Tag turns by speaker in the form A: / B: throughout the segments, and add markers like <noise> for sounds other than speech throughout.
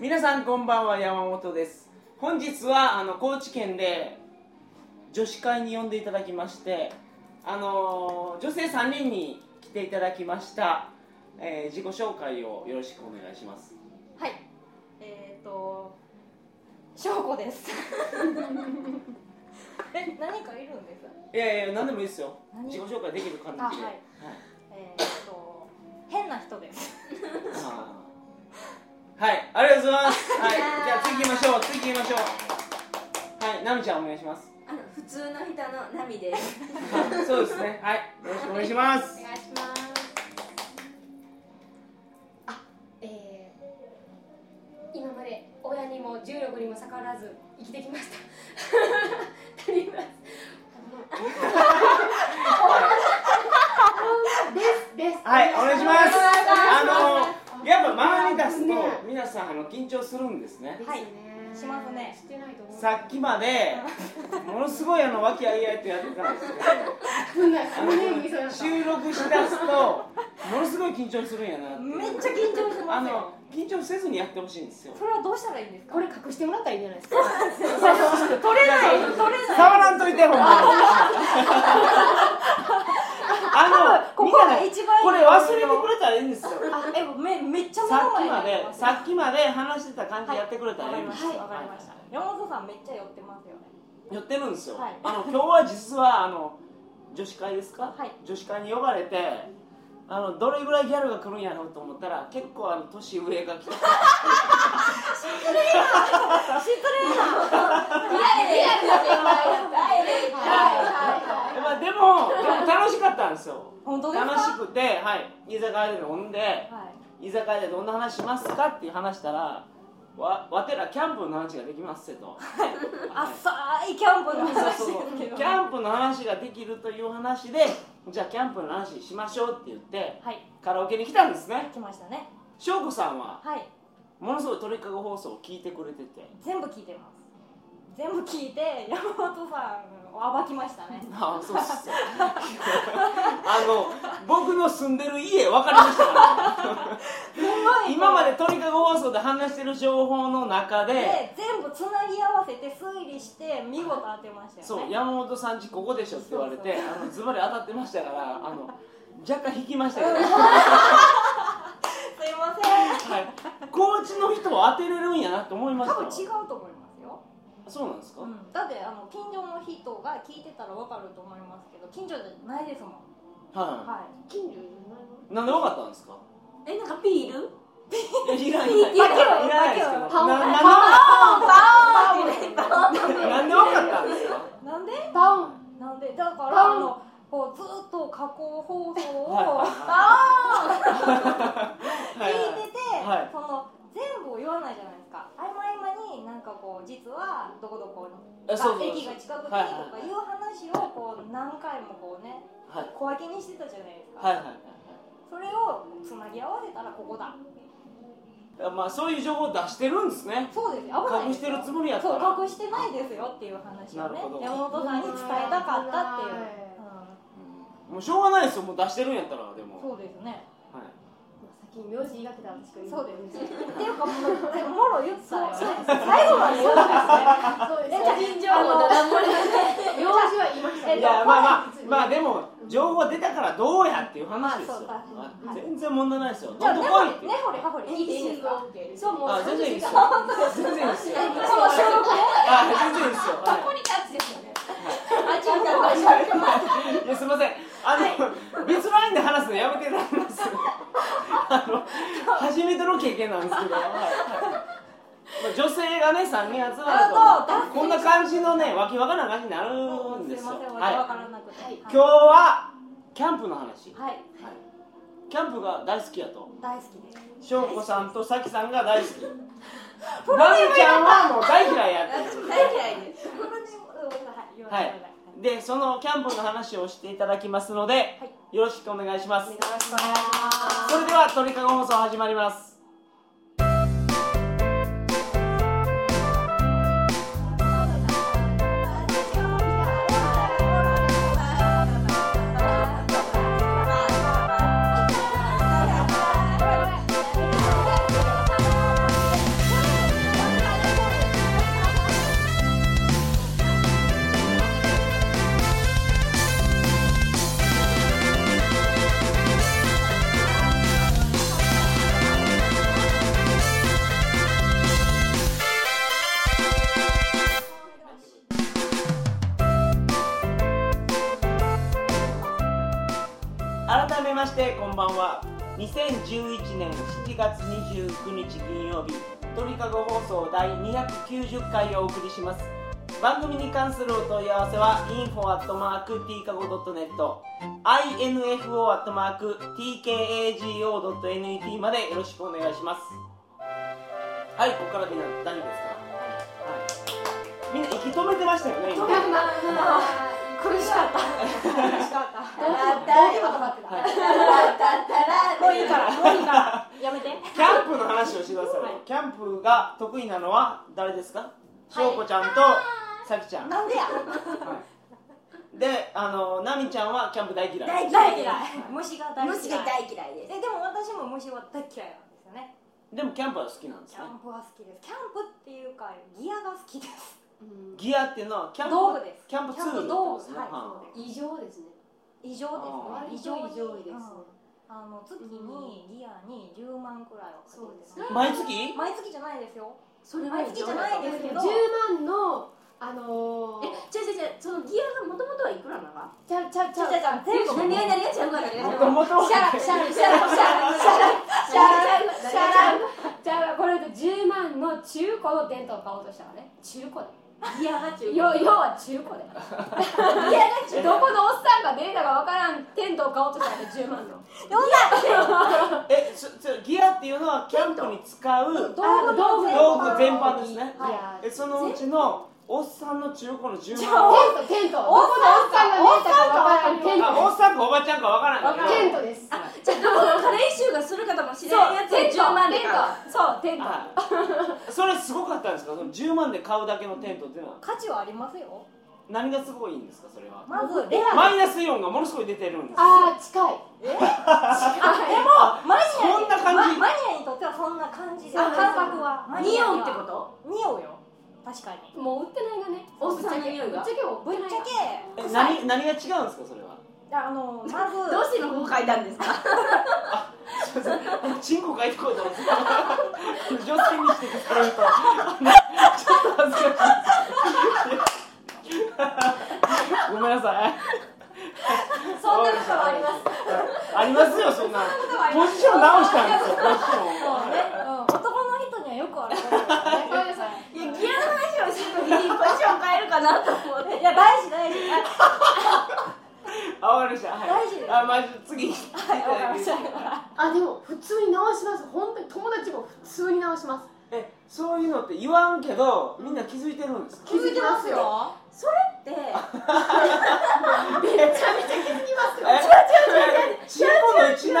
A: 皆さんこんばんは山本です本日はあの高知県で女子会に呼んでいただきましてあのー女性3人に来ていただきました、えー自己紹介をよろしくお願いします
B: はい。えっ、ー、と、翔子です。え、何かいるんです。
A: いやいや何でもいいですよ
B: 何
A: 自己紹介できる感じで
B: あはいえっ、ー、と、変な人です。
A: あーはいありがとうございますはいじゃあ次行きましょう次行きましょうはいナミちゃんお願いし <laughs> ます
C: あの普通の人のナミです。
A: はいそうですねはいよろしくお願いします
C: 願いします。
D: えー今まで親にも重力にも逆らわず生きてきました。谷村ですです。
A: はい、お願いします。
D: お願いし
A: あ
D: ます
A: のやっぱ前に出す
D: ね
A: と皆さんあの緊張するんですね。
B: はい
D: です
B: しますね
D: してないと思う。
A: さっきまでものすごいあの和気あいあいとやってたんです
D: そんなそんな意味
A: け
D: そうだ
A: ど、 <laughs>
D: った
A: 収録しだすとものすごい緊張するんやなっていう。
B: めっちゃ緊張して
A: あ
B: ますよ
A: の。緊張せずにやってほしいんですよ。
B: それはどうしたらいいんですか。
D: これ隠してもらったらいいんじゃないですか。
B: 取れない、取れない。
A: 触らんとい
B: <laughs>
A: てほんまに。あの
B: こ
A: みん
B: こ
A: な
B: が
A: ね
B: 一番いい。
A: これ忘れてくれたらいいんですよ。
B: あ、え、め、めっちゃ
A: さっ
B: 目
A: き
B: の
A: ま
B: 前
A: で
B: にます
A: さっきまで話してた感じやってくれた
B: わ
A: ら
B: か
A: いい
B: り
A: ん
B: ま
A: です
B: し
A: よ。
B: た。わかりました。山本さんめっちゃ寄ってますよね。
A: 寄ってるんですよ、
B: はい
A: あの今日は実はあの女子会ですか、
B: はい
A: 女子会に呼ばれてあのどれぐらいギャルが来るんやろうと思ったら結構あの年上が来て <laughs>
B: 失礼な。
D: はい
A: まあでもでも楽しかったんですよ
B: 本当ですか。
A: 楽しくて、はい、居酒屋で飲んで
B: はい。
A: 居酒屋でどんな話しますかっていう話したらわわてらキャンプの話ができますせと、はい
B: 浅いキャンプの話ですけど。
A: キャンプの話ができるという話でじゃあキャンプの話しましょうって言って
B: はい。
A: カラオケに来たんですね
B: 来ましたね。
A: 翔子さんは
B: はい。
A: ものすごい鳥かご放送を聞いてくれてて
B: 全部聞いてます全部聞いて山本さんを暴きましたね
A: ああそうっすあの僕の住んでる家分かりましたからね <laughs> 今まで鳥かご放送で話してる情報の中で
B: で全部つなぎ合わせて推理して見事当てましたよね
A: そう山本さんちここでしょって言われて
B: そう
A: あのズバリ当たってましたからあの若干引きましたけど、
B: うん
A: はい、
B: すいません
A: 高知の人は当てれるんやなって思いました
B: 多
A: わ
B: 分違うと思いますよ、
A: そうなんですか、
B: うん、だってあの近所の人が聞いてたらわかると思いますけど近所じゃないですもん
A: は
B: はい
D: 近所じ
A: いなんで分かったんですか
C: え、なんかビール？
A: いやいらない
C: いやい
A: い
C: や
A: らないですけど
D: パオ
A: ななんで
B: あ
A: なんで分かったんですか
B: ーなんで
D: ゃないの。バン。
B: なんでだから
D: パン
B: あのこうずっと加工放送
A: はいはい
B: を <laughs> 聞いてて、
A: はい
B: その全部を言わないじゃないですか合間合間になんかこう実はどこどこに
A: あそうそうそう
B: 駅が近くでと
A: はいはい
B: かいう話をこう何回もこうね
A: はい
B: 小分けにしてたじゃないですか、
A: はいはいはい
B: それをつなぎ合わせたらここだ
A: はいまあそういう情報を出してるんですね
B: そうですよ危
A: 隠
B: ないで
A: して
B: すよ
A: るつもりやった
B: そ
A: ら
B: う隠してないですよっていう話
A: な
B: を
A: る
B: ね
A: ほど
B: 山本さんに伝えたかったっていう
A: もうし
D: うん、
A: ょうがないですよもう出してるんやったらで
B: うん
A: も
B: そうですね
A: はい
D: 先に名字言いかけたら確
B: そ
D: かに。
B: うですねっていうかもうでももろ言ったよね最後まで言う
D: そうです。
B: 個人情報
D: じゃあもう名字は言いましたね。
A: いやまあまあまあ
D: で
A: でも情報出たからどうやっていう話ですよ
B: まあそうか
A: はい全然問題ないですよどん
B: じゃあ
A: どん
B: 根
A: 来
B: 掘
A: いって
B: り根掘り葉掘り聞いていいですか
D: そうもう
A: あ全然いいですよ全然いいですよ
B: この収録
A: あ全然いいですよはい
C: リタッチですよね。
B: あちょっと待って
A: いやすみませんあの、別ラインで話すのやめていただきま
B: <laughs>
A: すあの初めての経験なんですけど、はいはいまあ女性がね3人集ま
B: あ
A: るとこんな感じのねわきわからな感じになるんですす
B: い
A: よ
B: ません、わけわ
A: は
B: からなくて。はい
A: い、今日はキャンプの話、はい
B: はい、
A: キャンプが大好きやと
B: 大好きです。
A: 翔子さんとさきさんが大好
B: <laughs>
A: きまみちゃんはもう大嫌いやって
C: 大嫌いです。
A: はいでそのキャンプの話をしていただきますので、よろしくお願いします
B: お願いしま
A: それでは鳥かご放送始まります
B: 「
A: してこんばんは2011年7月29日金曜日鳥かご放送第290回をお送りします番組に関するお問い合わせは info.tkago.net info.tkago.net までよろしくお願いしますはいここからみんな大丈夫ですか、はい、みんな息止めてましたよね今
C: 止
A: は
C: め
A: い
C: てま
B: 苦しかった苦しかった
C: 誰が黙ってた
B: もういいからもういいから
C: やめて
A: キャンプの話をしてください、
B: はい
A: キャンプが得意なのは誰ですかしょうこちゃんとさきちゃん、
B: なんでや
A: はいであのなみちゃんはキャンプ大嫌い
B: 大嫌い虫が大嫌い
E: 虫が大嫌いです
B: えでも私も虫は大嫌いなんですよね
A: でもキャンプは好きなんです
B: キ
A: ね
B: ャンプは好きですキャンプっていうかギアが好きです
A: ギアっていうのはキャンプ
B: 道具です
A: キャンプツール
B: キャンプ道
A: ってこと
B: 具
A: ですねは
B: はいそうです異
D: 異常ですね
B: 常
A: あ
B: ですね
D: 割と異常
B: に
D: ですね
B: うんあの月にギアに10万くらいをかけて
D: そうで
B: ますす
A: 毎月
B: 毎月じゃないですよ
D: それ
B: は異常だと思うけど
D: 10万のあのー、
C: え、違う違う違う、そのギアがもともとはいくらなのか
D: ちゃうちゃうち
B: ちゃ
D: ゃ
B: ち
D: う
B: ゃちゃ全部
C: 何が何が違うか何が
A: もともと
C: 違うか
A: は
D: シャラシャラシャラシャラシャラシャラシャラじゃあこれで10万の中古の電灯を買おうとしたらね中古で
C: ギアが中
D: 要要は中古
C: <laughs>
D: でどこのおっさんが出るかが分からんテントを買おうとしたら10万の
A: えそそギアっていうのはキャンプに使う
D: あ道具
A: 道具全般ですね
D: いや
A: えそのうちのおっさんの中古の10
D: テン
A: 万
D: トテントどこのおっさんが出るかが分からんテン
A: あお
D: ト
A: っさんかおばちゃんかわからんけど
D: テントです
C: じゃあ、どこの家練習がするかともしれないやつを
D: テント
C: 10万で
D: テン
C: 買う
D: トそうテント
A: はいそれすごかったんですかその10万で買うだけのテントっていうのは
B: 価値はありますよ
A: 何がすごいんですかそれは
B: まずレア
A: マイナスイオンがものすごい出てるんです
D: ああ近い
B: マニア
A: そん
B: に
A: な感じ
B: ママニアにとってはそんな感じです
C: あ
B: 感覚はマニ
C: ニ
B: ア
C: オ
B: には
C: ンってこと
B: 匂うよ確かに
D: もう売ってないがね
C: おっさんの匂
D: ぶ
C: い
D: っち
C: が
D: ゃけ
B: ぶ
D: 覚えな
B: っち
D: いが
A: え何何が違うんで
B: ゃ
A: すかそれは
B: けあのまず
C: どうして今ここ書いたんですか
A: チンコ書いてこうと思って女性にしてくれるとあのちょっと恥ずかしいごめんなさい
B: そんなことはあります
A: ありますよそんなポジション直したんですよポジションを
B: そうね、うん、男の人にはよくあることだ
D: ごめ
B: よ
D: んなさい
C: いや、ギアの話をしてるときにポジション変えるかなと思って
B: ねいや大事大事あ
A: あわかりましたはい
B: 大事です
A: あまあ次行っていただ
B: わかり
A: き
B: ま
A: ます
B: した
D: あでも普通に直します本当に友達も普通に直します
A: えそういうのって言わんけどみんな気づいてるんですか
D: 気づきますよ
C: それって
A: え違う違う違う違うチンコの位置直してる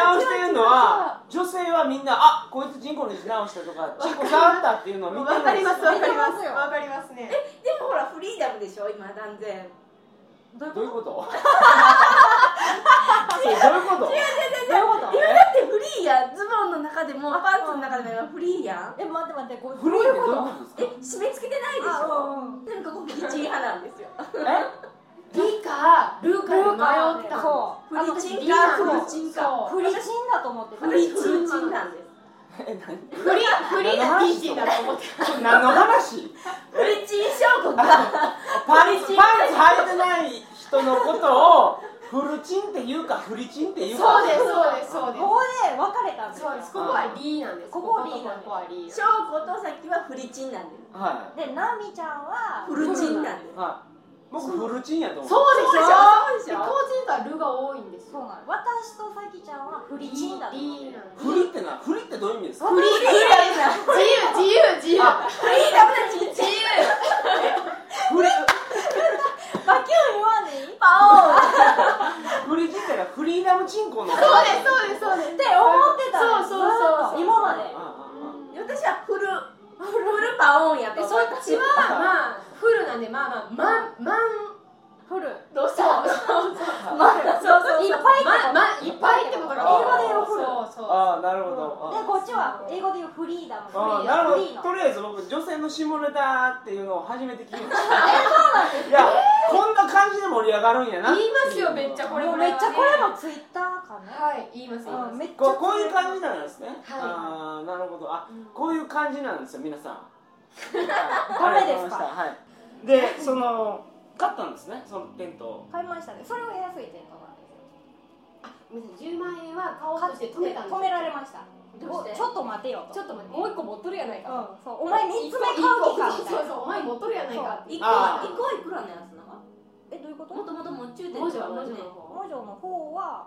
A: のは女性はみんなあこいつチンコの位置直したとかチンコ触ったっていうのを見てるんですよ
B: わかりますよわ
E: かりますね
C: でもほらフリーダムでしょ今断然
A: どういうこと
B: <laughs>
A: それどういうこと
B: どういうこと
C: だってフリーやんズボンの中でもパンツの中でも今フリーやん
B: え待って待ってこれ
A: 古いってどういうこと
C: え締め付けてないでし
B: あうんう
C: ょ
B: ん
C: なんかここキッチン派なんですよ
A: ですかえ
D: リかルー
B: ルーカ
D: かで迷
B: ー
D: っ
B: で
D: た
B: そう
C: フリチンか
B: あの
C: フリチンか
B: フリチンだと思ってた
C: フリチンチンなんです
A: え何
D: フリフリーな DT だと思って
A: これ何の話
C: フリチン小国が
A: パンツパンツ履いてない人のことをフルチンっていうかフリチンっていうか
D: そうですそうですそうで
B: ここで別れたんです
D: す
B: よ
D: そうですここはリーなんです
B: ここ D なんです
D: ここはリー
C: 小国とさっきはフリチンなんです
A: は
B: でナミちゃんは
C: フルチンなんで
A: い
C: す
A: はい僕フルチンやと思う
D: そうでしょ
C: そうでしょ
D: でコーチンとはルーが多いんです
B: そう
D: よ
B: なの私とさきちゃんはフリチンだと思って
D: リー
B: る
D: なんです
A: フリってなフリってどういう意味ですか
B: フリ
C: フリーダム
D: 自由自由自由
A: あ
C: フリーダムなチンチン
A: フリ
B: バキュン言わんでいい
C: パオー
A: フリチンってのはフリーダムチンコの
D: そうですそうですそうです
B: って思ってた
D: そうそうそうそう
B: 今まで
C: 私はフルフルパオーンや
D: で
C: と
D: そ
C: 思
D: っ
C: う
D: ちはまあフルなんでまあまあまんまん
B: フル
D: どうしたそうそ
B: そう
D: う
B: そういっぱい
D: ままいっぱいってこと
A: 英語で
B: 言うフル
D: そうそう
A: ああなるほ
B: で
A: ど
B: こっちは英語で言うフリーダムフ
A: ああ
B: リー
A: なる
B: ダム
A: ほ
B: フリー
A: どとりあえ
B: の
A: ず僕女性の下ネタっていうのを初めて聞きましたいやこんな感じで盛り上がるんやな
D: 言いますよめっちゃこれ
B: もう
D: ぐ
B: めっ
D: らいは
B: ちゃこれもツイッターかな、
D: はい言います言い
B: うん
D: ます
B: めっちゃ
A: こうこういう感じなんですね、ああなるほどあこういう感じなんですよ皆さんはい
B: <laughs> ダメですか
A: はいでその買ったんですねそのテントを
B: 買いましたねそれは安いテントなんですよ
D: 10万円は買おうとして止めたんですよ
B: 止められました
D: どうして
B: おちょっと待てよと
D: ちょっと待ってもう一個持っとるやないか、
B: うん、そうお前3つ目買う気かみたい
D: そ
B: な
D: うそうお前持っとるやないかって
C: 一個
A: あ
C: は
A: ー
C: 一個はいくらのやつなの
B: えどういうこと
C: もともともう中点
D: 文字は文字の方
B: 文字の方は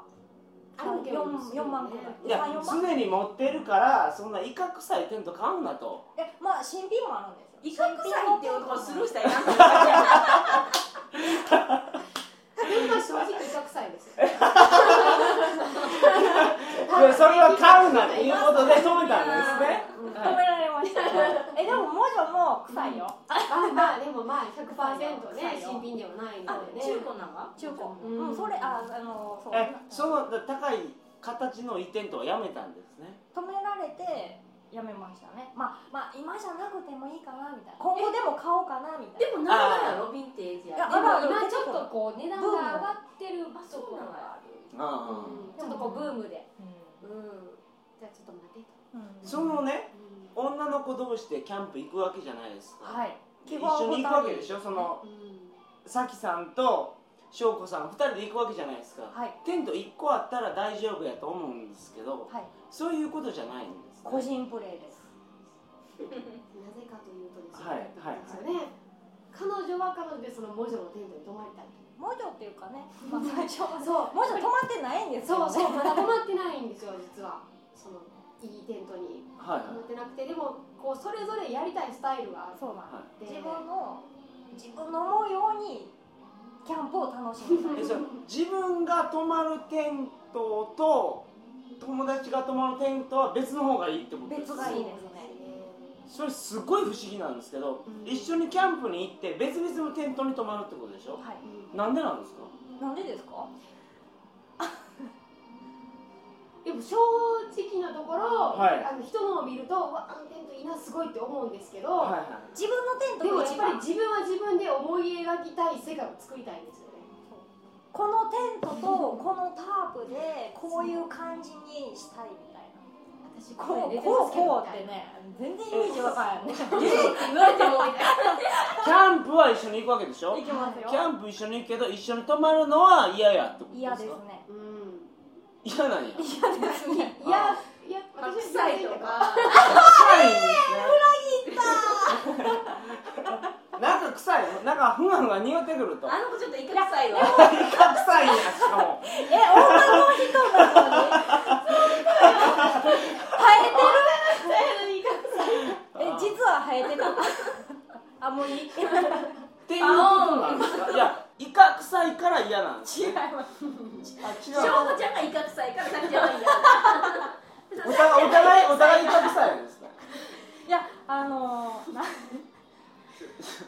D: あるけど
B: 4 4万くら
A: いや
B: 3 4万
A: 常に持ってるからそんな威嚇されてんと買うなと
B: えまあ新品もあるんですよ
C: 威嚇祭っていうところスルーしたらいかん <laughs>
D: それは正直威嚇臭いですよ
A: でそれは買う
B: <laughs>
A: なということで止めたんですね
B: 止められま
D: <laughs>
B: したえでも文字も臭いよ、
D: あまあでもまあ100%
B: 臭
D: ね
B: いよ
D: 新品ではないの
C: あ
D: でね
C: 中古なの
B: 中古
D: う
B: うんん、それああのそう
A: えそのだ高い形の移転とはやめたんですね
B: 止められてやめましたねまあまあ今じゃなくてもいいかなみたいな今後でも買おうかなみたい
C: でも長いやろヴィンテージや
B: いや
D: でも
B: あら
D: 今ちょっとこう値段が上がってる場所
C: そうなの
D: が、
A: あ
D: うんちょっとこうブームで、
B: な、
D: うん、じゃあちょっと待てと、
B: うん
A: そのね
D: う
A: 女の子同士でキャンプ行くわけじゃないですか、
B: はい
A: 一緒に行くわけでし
B: ょ
A: ょその
D: ん
A: さきさんと翔子さん2人で行くわけじゃないですか、
B: はい
A: テント1個あったら大丈夫やと思うんですけど
B: はい
A: そういうことじゃないんです、
B: 個人プレイです
D: なぜかというとですね、
A: はいはい
D: ですよね彼女は彼女でその文字のテントに泊まりたい
B: 文字っていうかね、まあ、最初はね
D: そう
B: 文字止まってないんです
D: そ
B: よ
D: う
B: ね
D: そうまだ泊まってないんですよ実はそのいいテントに
A: はい
D: 泊まってなくてでもこうそれぞれやりたいスタイルがある
B: そうなん
A: は
B: です自分の自分の思うようにキャンプを楽しみたい
A: いえそれ自分が泊まるテントと友達が泊まるテントは別の方がいいってことです
B: 別がいいね
A: それすごい不思議なんですけど、
D: うん
A: 一緒にキャンプに行って別々のテントに泊まるってことでしょ
B: はい
D: うん
A: なんでなんですか
B: なんでですか
D: でも正直なところ、
A: はい
D: あの人のを見るとうわあのテントいいなすごいって思うんですけど、
A: はいはい
B: 自分のテン
D: で
B: トが
D: もやっ
B: 一番
D: ぱり自分は自分で思い描きたい世界を作りたいんですよね
B: このテントとこのタープでこういう感じにしたいみたいな
D: 私
B: こう
D: 寝て
B: こ
D: ます
B: うこうったて
D: けどみいな
B: ね全然イメージわからんね
C: 言われて
B: <laughs>
C: もみたい
A: キャン
C: な
A: プは一緒に行くわけでしょ
B: いきます
A: キャ
B: よ
A: ンプ一緒に行くけど一緒に泊まるのは嫌やってことです
B: 嫌
A: か
B: ですね
D: うん
A: 嫌なんや
D: いや、いや、いや、私は嫌いとか。
A: 臭いんですね <laughs> なんか臭いのなんかふがふが匂ってくると
C: あの子ちょっといかくさいわ
A: イカ臭いんやしかも
B: え女の人なのに生えてる
A: あ
B: <laughs> え
A: ー
B: 実は生えてたあもういい違い
A: っていうことなんですかいやイカ臭いから嫌なんです
B: ます
A: あ違
C: <laughs> しょうこちゃんがいかくさいからさっきじゃないんだ
A: うお互いお互いお互いイカ臭いんですね
B: いやあのー、な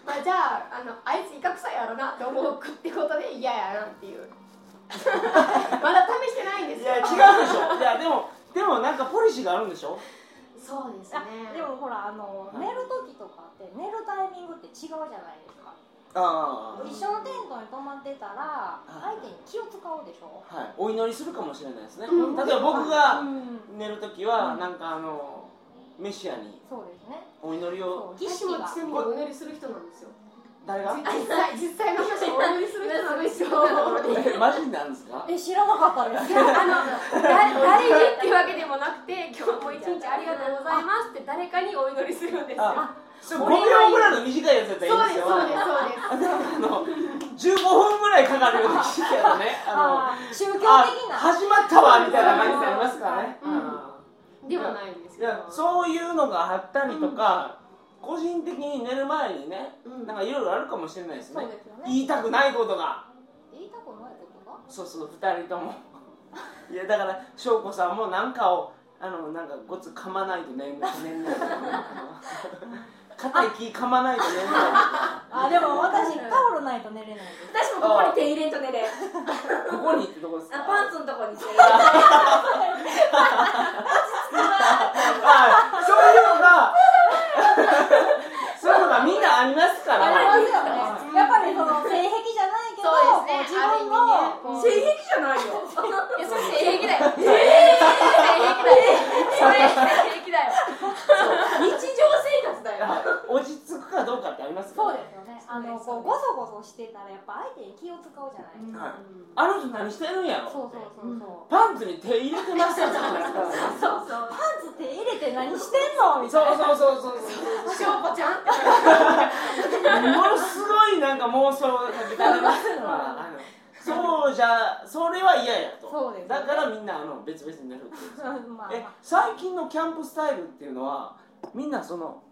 D: まあ、じゃあ、あの、あいつ威嚇さやろなって思うってことで、嫌やなっ
B: <laughs>
D: ていう。まだ試してないんです
A: い
D: よ。
A: や違うでしょいやでもでもなんかポリシーがあるんでしょ
D: そうですね。
B: あでもほらあの
A: はい
B: 寝る時とかって寝るタイミングって違うじゃないですか
A: あ
B: 一緒のテントに泊まってたら相手に気を使うでしょ
A: あはいお祈りするかもしれないですね、
D: うん
A: 例えば僕
B: う
A: が
B: ん
A: 寝るときはなんかあのメシアに
B: そうですね
A: お祈りを
B: そう儀
D: 儀
B: 式
D: 式は
B: が
D: 全部お祈りする人なんですよ。
A: 誰が
D: 実際、実際の話、お祈りする人なんですよ。
A: えマジなんですか
B: え知らなか <laughs> ったです
D: あの、だ、大事っていうわけでもなくて、今日も一日ありがとうございますって、誰かにお祈りするんですよ。
A: あそれ5秒ぐらいの短いやつやったらい
D: そ
A: い
D: う
A: ん
D: で
A: です
D: す、
A: よ
D: そうです、そうです。
A: あの15分ぐらいかかるような時期やとねあ
B: あー宗教的
A: のあ
B: な
A: 始まったわみたいな感じになりますからね、
D: うん
A: うん
D: ではないんです
A: い
D: けど。
A: やそういうのがあったりとか、個人的に寝る前にね
D: うん
A: なんかいろいろあるかもしれないですね
B: そうですよね
A: 言いたくないことが
B: 言いたくないことが
A: そうそう2人ともいやだから翔子さんもなんかをあのなんかごつ噛まないとねんないねん
D: <laughs>
A: ない硬い木噛まないとねんな
B: あでも私タオルないと寝れないです
C: <laughs> 私もここに手入れんとねであ
A: いここにってとこですか
C: パンツのとこに手入れ
A: はいそういうの
B: <laughs>
A: がそういうのがみんなありますか
B: あり
A: ら
B: ま
A: ね
B: すよねやっぱりその性癖じゃないけど
D: そうですね
B: こう自分の
D: ある意味ね
C: 性癖じゃ <laughs> ないよ
D: いや、それ性癖だよ。ええー、性癖だよ。それ性癖だよ。
C: <laughs> 日常生活だよ
A: はい落ち着くかどうかってありますか
B: そう
A: ら
B: ですよねあのこうごそごそしてたらやっぱ相手に気を使うじゃない、
A: はいあの人何してるんや
B: そ
A: ろ
B: うそうそうそう、
A: パンツに手入れてましたとかなったら
C: そうそう
B: パンツ手入れて何してんのみたいな
A: そうそうそうそう
C: しょうこちゃん
A: ものすごいなんか妄想がかけられますからあのそうじゃそれは嫌やと
B: そうです
A: だからみんなあの別々になるっていう
B: まあ
A: え
B: ま
A: 最近のキャンプスタイルっていうのはみんなその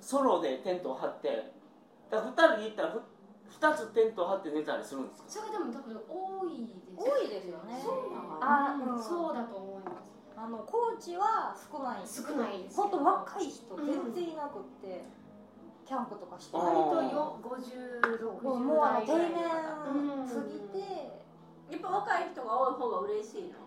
A: ソロでテントを張ってだから2人で行ったらふ2つテントを張って寝たりするんですか
D: それでも多分多いです
B: 多いですよね
D: そうなの
B: あうん
D: そうだと思いま
B: あ、あのコーチは少ない
D: す少ないです
B: ほんと
D: い
B: 若い人全然いなくって、キャンプとかして
A: あ
B: ない
A: ー
D: 割とよ5060
B: もうもうあの定年
D: うん
B: 過ぎて、
C: やっぱ若い人が多い方が嬉しいの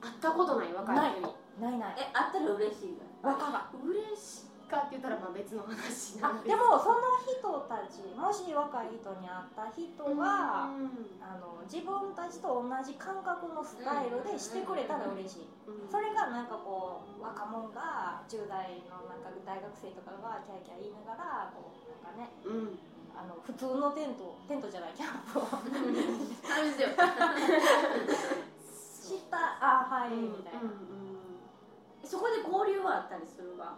D: 会ったことない若い人に
B: ないない
C: え会ったら嬉しいの
B: 若が
D: 嬉しいかって言ったらまあ別の話
B: あ
D: なんです
B: でもその人たちもし若い人に会った人
D: うん
B: は、あの自分たちと同じ感覚のスタイルでしてくれたら嬉しい、
D: うん
B: それがなんかこう若者が10代のなんか大学生とかがキャーキャー言いながらこうなんかね
D: うん
B: あの普通のテントテントじゃないキャンプを
C: 楽しいよ
B: したあはい、
D: うん
B: みたいな、
C: そこで交流はあったりするわ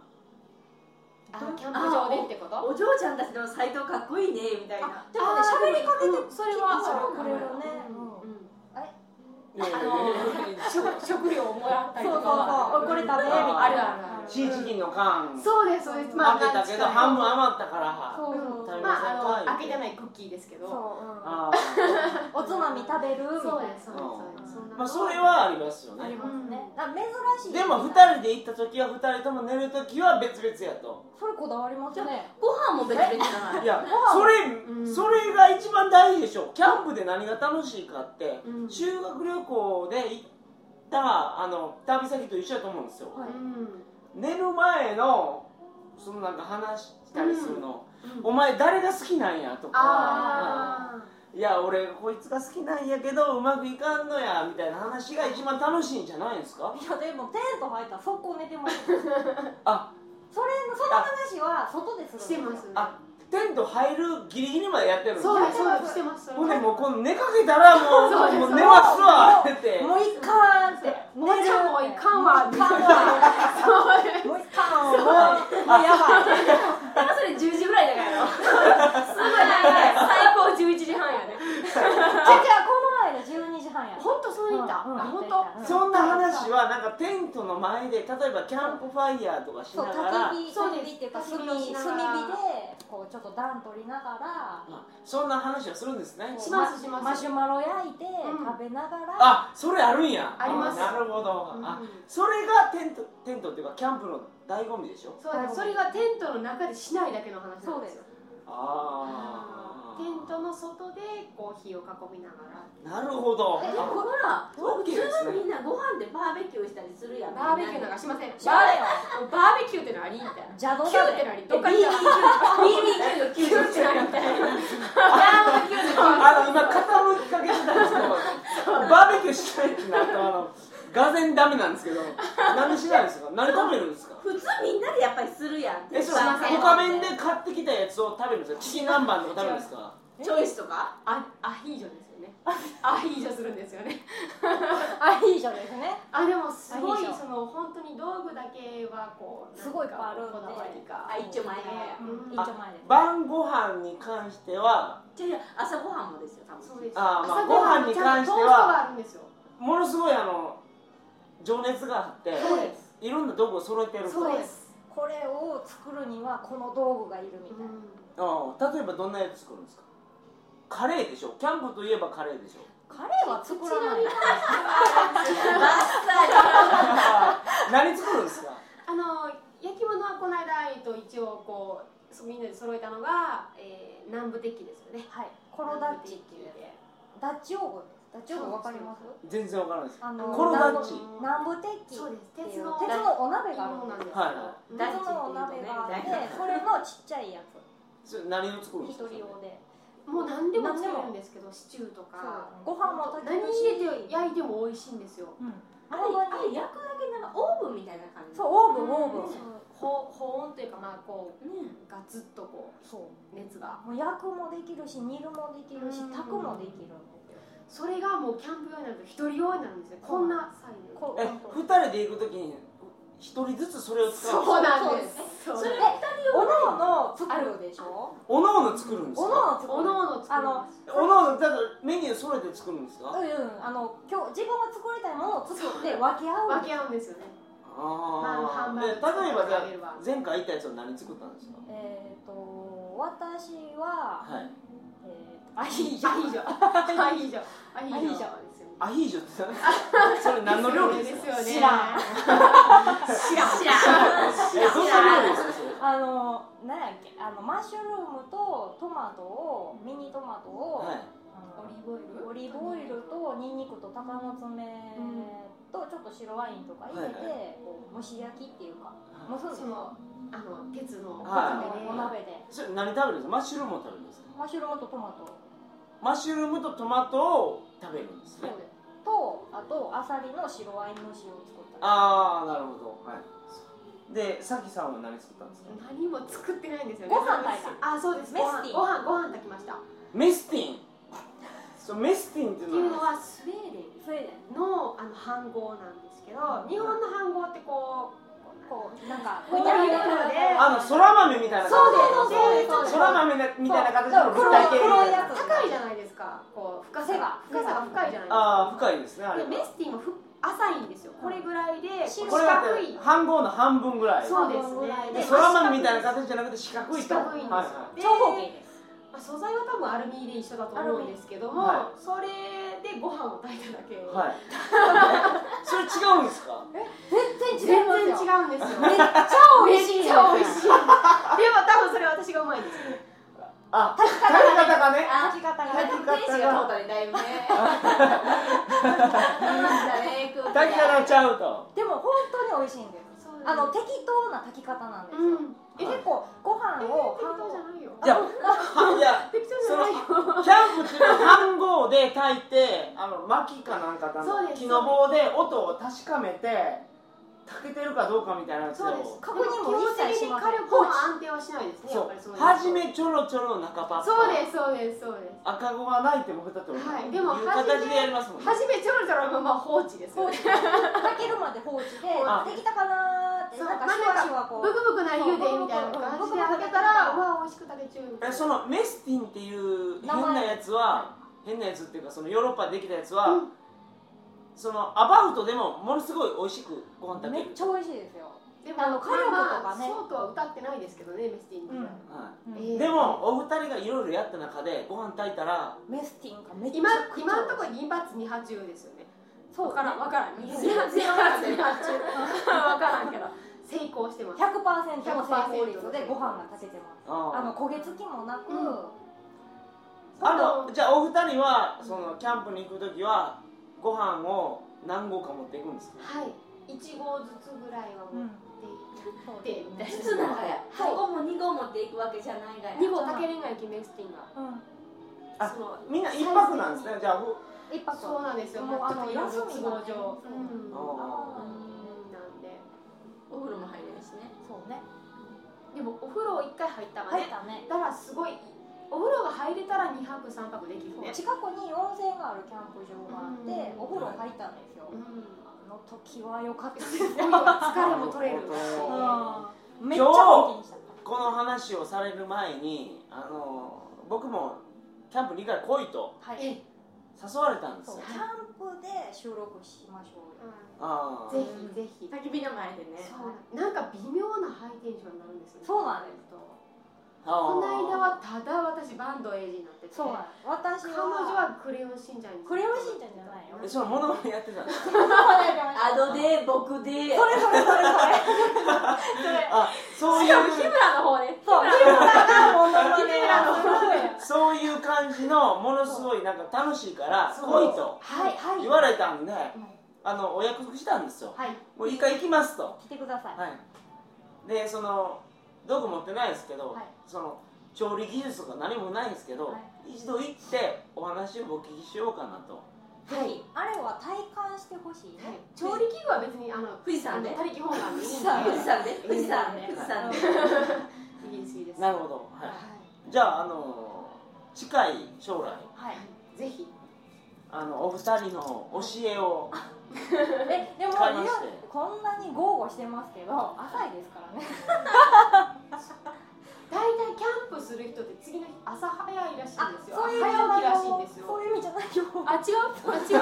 D: あキャンプ場でってこと
C: お嬢ちゃんたちの斎藤かっこいいねみたいな
B: でもね喋りかけて
D: うんそれは
B: 聞いてもらえるよね
D: うんうん
A: いやいや
D: あ
A: いや
D: の食食料をもらったりとか
B: そうそうそうおいこれ食べみたい
A: な
D: あるあるある
A: シーチキンの缶
D: そうですそうです
A: 開けたけど半分
D: ま
A: 余ったから
B: そう
D: うん
B: そうそう、
D: ああの開けてないクッキーですけ
B: そう
D: ど
B: うん
A: あ
B: おつまみ食べるみ
D: そう
B: たい
D: ですそうですそうです
A: ーまあそれはありますよ
B: なあり
A: ね
B: ますね、
D: うん
B: なんか珍しい
A: でも2人で行った時は2人とも寝る時は別々やと
B: それこだわりますね
C: ご飯も別々じゃない
A: いや
B: ご
A: そ
B: 飯
A: れ
D: ん
A: それが一番大事でしょキャンプで何が楽しいかって
D: うん
A: 修学旅行で行ったあの旅先と一緒だと思うんですよ、
B: はい
A: 寝る前のそのなんか話したりするの、
D: うん
A: お前誰が好きなんやとか
D: あ
A: いや俺こいつが好きなんやけどうまくいかんのやみたいな話が一番楽しいんじゃないですか
B: いやでもテント入ったら速攻寝てます
A: あ
B: それのその話は外でするん
D: ー
B: で
D: し
B: す
D: て
B: よ
D: ます
A: あテント入るギリギリまでやってるんですよ
D: そうですそうですしてます
A: ほんでもうこの寝かけたらも
D: そう
A: う
D: です
A: もう寝ますわって言って
B: もういかんって
D: もういかんもういかんわ
B: もういかんわもういかんわ <laughs> もうやばい
C: でもそれ10時ぐらいだからよすごい長い最高11時半やね
B: じゃあこの前の12時半や
D: 本当そういった
B: うんうん
D: あ本当
B: うん
A: そんな話はなんかテントの前で例えばキャンプファイヤーとかし
B: そ
A: な
B: う
A: がら
B: 焚き火
D: そう
B: 焚
D: です
B: き火っていうか
D: 焚
B: 炭
D: き
B: 炭
D: 火を
B: 火で
D: しながら
B: こうちょっと暖取りながら
A: あそんな話はするんですね
B: こう
D: しますします
B: マシュマロ焼いて
D: ん
B: 食べながら
A: あそれあるんや
D: あります
A: なるほど、
D: うん
A: あそれがテントテントっていうかキャンプの醍醐味でしょ
D: そうですそれがテントの中でしないだけの話なんですよ
A: ああ
D: テントの外でこう火を囲みながら
A: なるほど
C: えでも
A: あ
C: ほら
A: オッケーですね
C: 普通みんなご飯でバーベキューしたりするやん
D: バーベキューなんかしませんバ
B: しゃあれよ
D: ーバーベキューってのありみたいな
B: 邪道
D: キュー
B: だ
D: って
B: ね
D: のありどっかに <laughs>
C: BBQ の
D: キューってのありみたいな
A: あの今傾きかけてたんですけどバーベキューしたいってなったあのがぜダメなんですけど何しないんですか何食べるん
D: <laughs>
A: ですか
C: 普通みんなでやっぱりするやん
A: えそれ
D: しません
A: 他面で買ってきたやつを食べるんですかチキン南蛮とか食べるんですか
C: チョイスとか
D: あアヒージョですよねアヒージョするんですよね
B: あいいじゃないですね
D: あでもすごい
B: アヒージョ
D: その本当に道具だけはこう
B: すごいいっぱいあるんで
D: こだわりが
C: あ一丁前
D: ね
B: うん一
D: あ
B: 丁前で
A: 晩ご飯に関しては
C: じゃあ朝ごはんもですよ多分
D: そうです
A: あーまあ
D: 朝ごはん
A: ご飯に関しては
D: ちゃんとトーストがあるんですよ
A: ものすごいあの情熱があって、
D: そうです
A: い、ろんな道具を揃えてるから
D: そうです
B: これを作るにはこの道具がいるみたいな、
A: ああ例えばどんなやつ作るんですかカレーでしょキャンプといえばカレーでしょ
B: カレーは作らない
D: <laughs> ちみに
A: ああ何作るんですか
D: あの焼き物はこの間、えっと、一応こうそうみんなで揃えたのが、えー、南部鉄器ですよね
B: はいコロダッチっていう
D: で
B: ダッチ王国ダッチ王国わかります
A: 全然わからないです
B: あの
A: コロダッチ
B: 南部鉄器
D: そうで
B: っていう
D: す鉄の
B: 鉄のお鍋がある
D: そうなん
B: ん
D: で
B: ですす
D: け
B: よ
A: はい
D: ど、うん
C: だ
B: 鉄のお鍋があってそれのちっちゃいやつ
A: それ何を作るんで
B: 一
A: すか
B: 人用で
D: もう何でも作れるんですけどシチューとか
B: そうご飯も炊
D: 何
B: き
D: 入れ
B: 火
D: て焼いても美味しいんですよ
B: うん
C: あれ
B: ほんま
C: あれ
B: に
C: 焼くだけなんかオーブンみたいな感じ
B: そうオーブンオーブン
D: うん
B: そう
D: 保保温というかまあこ
C: ね
D: うガツッとこ
B: そう
D: 熱が
B: うもう焼くもできるし煮るもできるし
D: うん
B: 炊くもできる
D: それがもうキャンプ用になると一人用になるんですよこんなサイズ
B: こう
A: え
B: こう
A: 二人で行くときに一人ずつそれを使う
D: そうなんです
C: そ
D: そ
C: れ
D: れ
C: 二
B: おのおの作るでしょ
A: おのおの作るんです
B: お
A: か
B: のおの作る
D: おのおの作るんです
A: おのおのだからメニュー揃えて作るんですか、
B: うんうんあの今日自分が作りたいものを作って分け合う
D: 分け合うんですよね
A: ああ
D: まあ
A: で例えばじゃ
D: ハンバーグ作れば
A: あ前回行ったやつは何作ったんですか
B: えっ、と私は、
A: はい
B: えー、アヒージ
D: アヒ
B: ョ
D: ージョアヒージョアヒージョ
B: アヒージョ
D: ですよね
A: アヒージョって何それ何の料理ですか
D: よね
B: 知らん
A: えどんな料理ですか
C: 知らん知ら
A: それ
B: あのなんやっけあのマッシュルームとトマトをミニトマトを、
A: はい
B: あの
D: オリーブオイ
B: オリーブ
D: ル
B: オイルとニンニクと鷹の爪とちょっと白ワインとか入れ
A: は
B: て、
A: いは
B: こう蒸し焼きっていうかもうそうです
D: そのあの鉄の
A: はい
B: お鍋で
A: それ何食べるんですかマッシュルームを食べるんですか
B: マッシュルームとトマト
A: マッシュルームとトマトを食べるんです
D: そ
A: ね
D: うです
B: とあとアサリの白ワイン蒸しを作った
A: ああなるほどはいでさきさんは何作ったんですか
D: 何も作ってないんですよね
B: ご飯炊い
D: あそうです
B: メスティン
D: ご飯ご飯ご飯炊きましたっ
A: メスティンそうメスティンってい
D: ていう
A: うの
D: の
A: は
D: はスウェーデン
B: それで
D: のあの飯盒なんですけど
A: うん
D: 日本の飯盒ってこう
B: こ
D: こ
B: うなんか
D: こういうので
A: あのそら豆みたいな
B: そう
A: 感
B: そうそうそう
A: じで
B: そ
A: そら豆なみたいな形
B: そう
A: の立体系み
B: 黒い
A: たいな
B: や
D: う
B: つ
D: 高いじゃないですかこう深さが
B: 背が
D: 深さが深いじゃないです
A: ああ
D: か
A: 深いですねあれ
D: で
A: は
D: メスティンもふ浅いんですよこれぐらいでこう四
A: これだっ
D: 角
A: て
D: い
A: 半合の半分ぐらい
D: そうですね
A: で
D: で
A: そら豆みたいな形じゃなくて四角いと
D: 四角いんですよ
A: はい
D: で
B: 長方形です
D: まあ、素材は多分アルミで一緒だと思うんですけども、
A: アル
D: それでご飯を炊いただけ、
A: はい、はい、それ違うんですか
B: 全然
D: 全
B: 違います
D: 然違うん
B: よ
D: ですよめっち
B: め
D: ゃ
B: っちゃ美味しい
D: 美味しい <laughs> で
B: です
D: も多分それは私がうまいんですよね
A: あ炊き方がね
B: 炊き方が
A: 炊き方
C: んが
A: が
C: 通ったねだいぶ <laughs> ねだね空気が
A: 炊き方ちゃうと
B: でも本当に美味しいんですあの適当な炊き方なんです
D: う
B: よ、
D: ん
B: え結構ご飯
D: えー
B: を
D: 適当じゃないよ
A: いやはいや
D: 適当じゃないよ
A: キャンプっていうのは半合で炊いてあの薪かなんかだ
D: そう
A: の
D: です
A: 木の棒で音を確かめて炊けてるかどうかみたいなやつを
D: そうです
B: 確認も一切しません
D: 基本的に火力は安定はしないですねやっぱ
A: そ
D: りそうの
A: 初めちょろちょろ中パッパ
D: そうですそうですそうです
A: 赤子が泣いても二手折る
D: はいでも
A: いう形でやりますもんね
D: 初めちょろちょろまあまあ放置です
B: 放
D: よ
B: 置
D: ね
B: で炊けるまで放置で
A: あ
B: できたかなーって
D: そう
B: なんかシュワシュワこう
D: ブクブクな湯でみたいな感じで開けたらうわ美味しく食べちゅうみた
A: え
D: いな
A: そのメスティンっていう変なやつは変なやつっていうかそのヨーロッパでできたやつは、
D: うん
A: そのアバウトでもものすごい美味しくご飯
B: め
A: 炊け
B: っ
A: る
B: ちゃ美味しいですよ
D: で
B: あの火力とかね
D: まあそうとは歌ってないですけどねメスティンって、
B: うん
A: は
B: うん
A: い、でもお二人がいろいろやった中でご飯炊いたら
B: メスティンがめっちゃ
D: 今
B: くちゃ
D: 今のところ二発二八中ですよね
B: そうからんわからん
D: 二
B: 100%
D: 発二発二発中分からんけど成功してます
B: の成功率でご飯が炊けてます
A: あー
B: あの焦げ付きもなく、
D: うん
A: あのじゃあお二人はそのキャンプに行く時はご飯を何合か持っていくんですか
D: はい一合ずつぐらいは
B: う
D: 持
B: ん
D: っていっ
B: そう
D: てみたいな
C: 普通なんかや1合も2合持っていくわけじゃないがや
D: 二合炊けれないきメスティンが
B: うん
A: あ
D: その
A: みんな一泊なんですねじゃあほ
B: 一泊
D: そうなんですよ
B: もうあの
D: ちょっと
B: 休み
D: 都
B: がね
D: 合上
B: そう
D: うん
A: あ
D: うんなんで
C: お風呂も入れるしね
B: そうね
D: でもお風呂一回入ったら
B: 入っ
D: ね
B: たね
D: だからすごいお風呂が入れたら二泊三泊できるね
B: 近くに温泉があるキャンプ場があって、
D: うん
B: お風呂入ったんですよ、
D: うん
B: あの時は良かったですよ、うん、めっち
D: 疲れも取れるし
A: あ
B: ゃ本気にした
A: この話をされる前にあの僕もキャンプに行くから来いと
B: はい
A: 誘われたんです
B: そう
A: よ
B: キャンプで収録しましょうよ
A: あ
D: ぜ
A: ー
D: ひぜひ
C: 焚き火の前でね
D: そうなんか微妙なハイテンションになるんですよね
B: そうなんです
A: あ
D: こ
A: ー
D: の間はただ私バンド AG になってて
B: そうなん
D: 彼
B: です私は
D: 女はクレヨンしんちゃんに
B: クレヨンしんちゃんじゃないよ
A: えそのモノマネやってた
D: <laughs>
A: んですか
C: アドで僕で
B: それそれそれそ <laughs> れ
A: あそうい
D: しかも日
A: う
D: 村の方ね
B: そう日村がモノマネを
A: そういう感じのものすごいなんか楽しいから来
D: そう
A: いと
B: はいはい
A: 言われたんで
B: ん
A: あのお約束したんですよ
B: はい
A: もう一回行きますと
B: 来てください、
A: はい、でその道具持ってないですけど、
B: はい
A: その調理技術とか何もないんですけど、
B: は
A: 一度行ってお話をお聞きしようかなと
D: はい
B: あれは体感してほしいね、
D: 調理器具は別にあの
C: 富士山で
D: あの他力本願でいいんで
C: 富士山で富士山で
D: 富
C: 富
D: 士
C: 士
D: 山
C: 山
D: で
C: で
D: イギ <laughs> リスいいです
A: なるほど、は、
D: はい
A: じゃああの近い将来
B: はい
D: いぜひ
A: あのお二人の教えを
B: えでも
A: 買いまして
B: こんなに豪語してますけど浅いですからね
D: 大体キャンプする人って次の日朝早いらしいんですよ
B: そういう意味じゃ
D: 早
B: ない
D: 起きらしいんですよ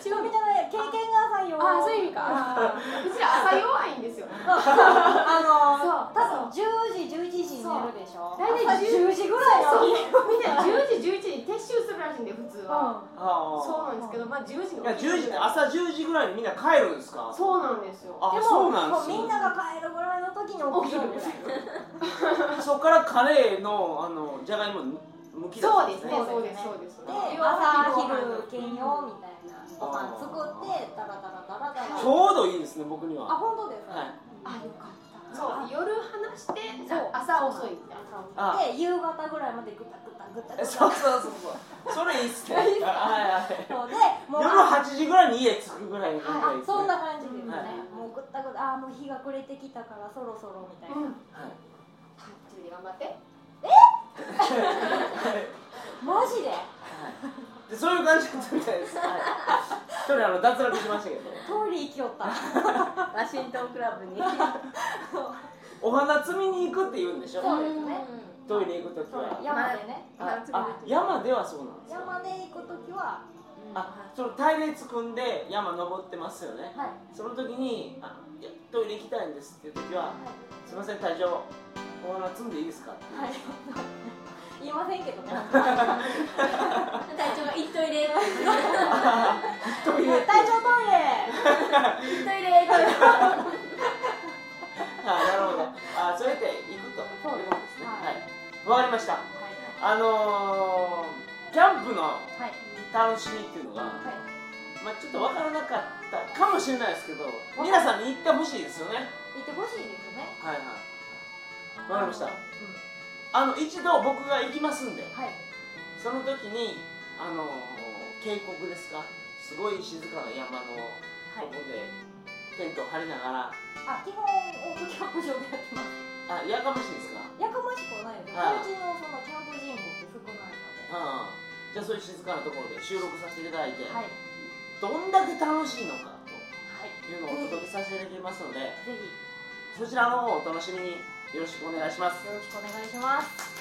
B: そういう意味じゃないよ <laughs> 違う意
D: あ違うあ違う違う
B: 味じゃない経験が浅いよ
D: あそういう意味かあーうちら朝弱いんですよ
B: <laughs> あの
D: そう
B: 多分10時11時に寝るでしょ
D: そう大体10
B: 10時ぐらい
D: そう
B: にみたいな
D: 10時11時に撤収するらしいんで普通は、そう
A: あ
D: なんですけどまあ10時
A: あ
D: に
A: いや
D: 起きる
A: 10時って朝10時ぐらいにみんな帰るんですか
D: そうなんですよ
A: あ
B: でも
A: そうなんです
B: もうみんなが帰るぐらいの時に起きるぐらい
A: そこからカレーのあのじゃがいもむき出
D: そう
A: すんです
D: で
A: すね
D: ねそうですそうです
B: で
D: 朝
B: 朝
D: 昼
B: 昼兼用みたいなご飯作ってダラダラダラダラ
A: ちょうどいいですね僕に
B: あ
A: は
B: 本当ですか、
A: はい
D: あよかったそう夜話して
B: そう
D: 朝遅いみたいな
A: あ
B: で夕方ぐらいまでグタグタグタグタ
A: そうそうそうそうそれいいっすねはいはい
B: そうでもう
A: 夜8時ぐらいに家着くぐらいの感じがいい
B: あ
A: ですね
B: そんな感じですね、
A: はい
B: もうグタグタあーもう日が暮れてきたからそろそろみたいな、
D: うん
A: はい
D: 10時頑張って
B: マジで
A: はいでそういう感じだったみたいですはい一人あの脱落しましたけど
B: トイレ行きよった
C: ワシントンクラブに
A: お花摘みに行くって言うんでしょ
B: そうですね
A: トイレ行く時
B: そう
A: は
B: 山でね
A: あ
C: まあ
A: あ山ではそうなんですか
B: 山で行く時は
A: あその大列組んで山登ってますよね
B: はい
A: その時にあいやトイレ行きたいんですっていう時は
B: は
A: すみません隊長お花摘んでいいですかって
B: い、はい、 <laughs> 言いませんけ
A: <laughs>
B: どね
C: 隊長が一トイ
A: <laughs> トイレ
B: <laughs>
C: レ
B: 体調トイレ
C: 一トイレ
A: あなるほどあそれで行くと
B: そう
A: いう
B: です
A: ことですね
B: はい
A: はいわかりましたあのー、キャンプの
B: はいはい
A: 楽しみっていうのが、
B: はい
A: まあ、ちょっと分からなかったかもしれないですけど皆さんに行ってほしいですよね
B: 行ってほしいですね
A: はいはいわかりました
B: うん
A: あの一度僕が行きますんで
B: はい
A: その時にあのー、渓谷ですかすごい静かな山の
B: は
A: と
B: い
A: こでテントを張りながら
B: あ基本オートキャンプ場でやってます
A: あやかましいですか
B: やかましくはないです、
A: はい
B: こっちのそのキャンプ人口って少ないので、
A: ああじゃあそういう静かなところで収録させていただいて、
B: はい、はい、
A: どんだけ楽しいのかというのをお届けさせていただきますので
B: ぜひ
A: そちらの方をお楽しみによろしくお願いします
B: よろしくお願いします。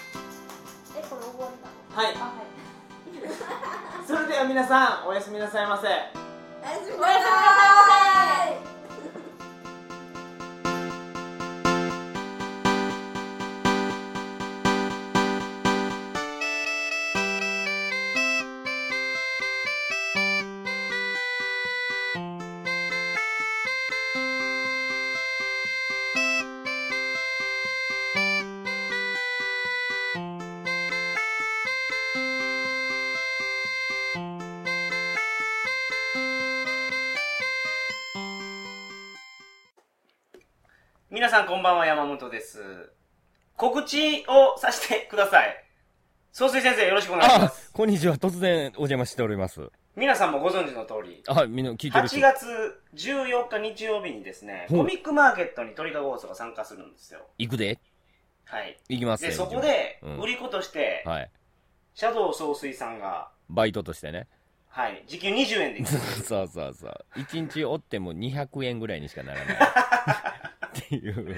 B: え、これ覚えたの？
A: はい
B: あ、はい。
A: それでは皆さんおやすみなさいませ
B: おやすみ
C: なさ
B: い。
A: 皆さんこんばんは山本です告知をさせてください総水先生よろしくお願いしま
E: あ
A: す、
E: こんにちは。突然お邪魔しております。
A: 皆さんもご存知の通り
E: あ、みんな聞いてる
A: 8
E: し。
A: 月14日日曜日にですね、
E: ほう
A: コミックマーケットに鳥かご放送が参加するんですよ。
E: 行くで
A: はい。
E: 行きます
A: で、
E: よ
A: そこで
E: うん、
A: 売り子として、
E: はい。
A: シャドウ総帥さんが、
E: バイトとしてね。
A: はい、時給20円で行く。
E: <laughs> そうそうそう。一日おっても200円ぐらいにしかなら <laughs> ない。っていう。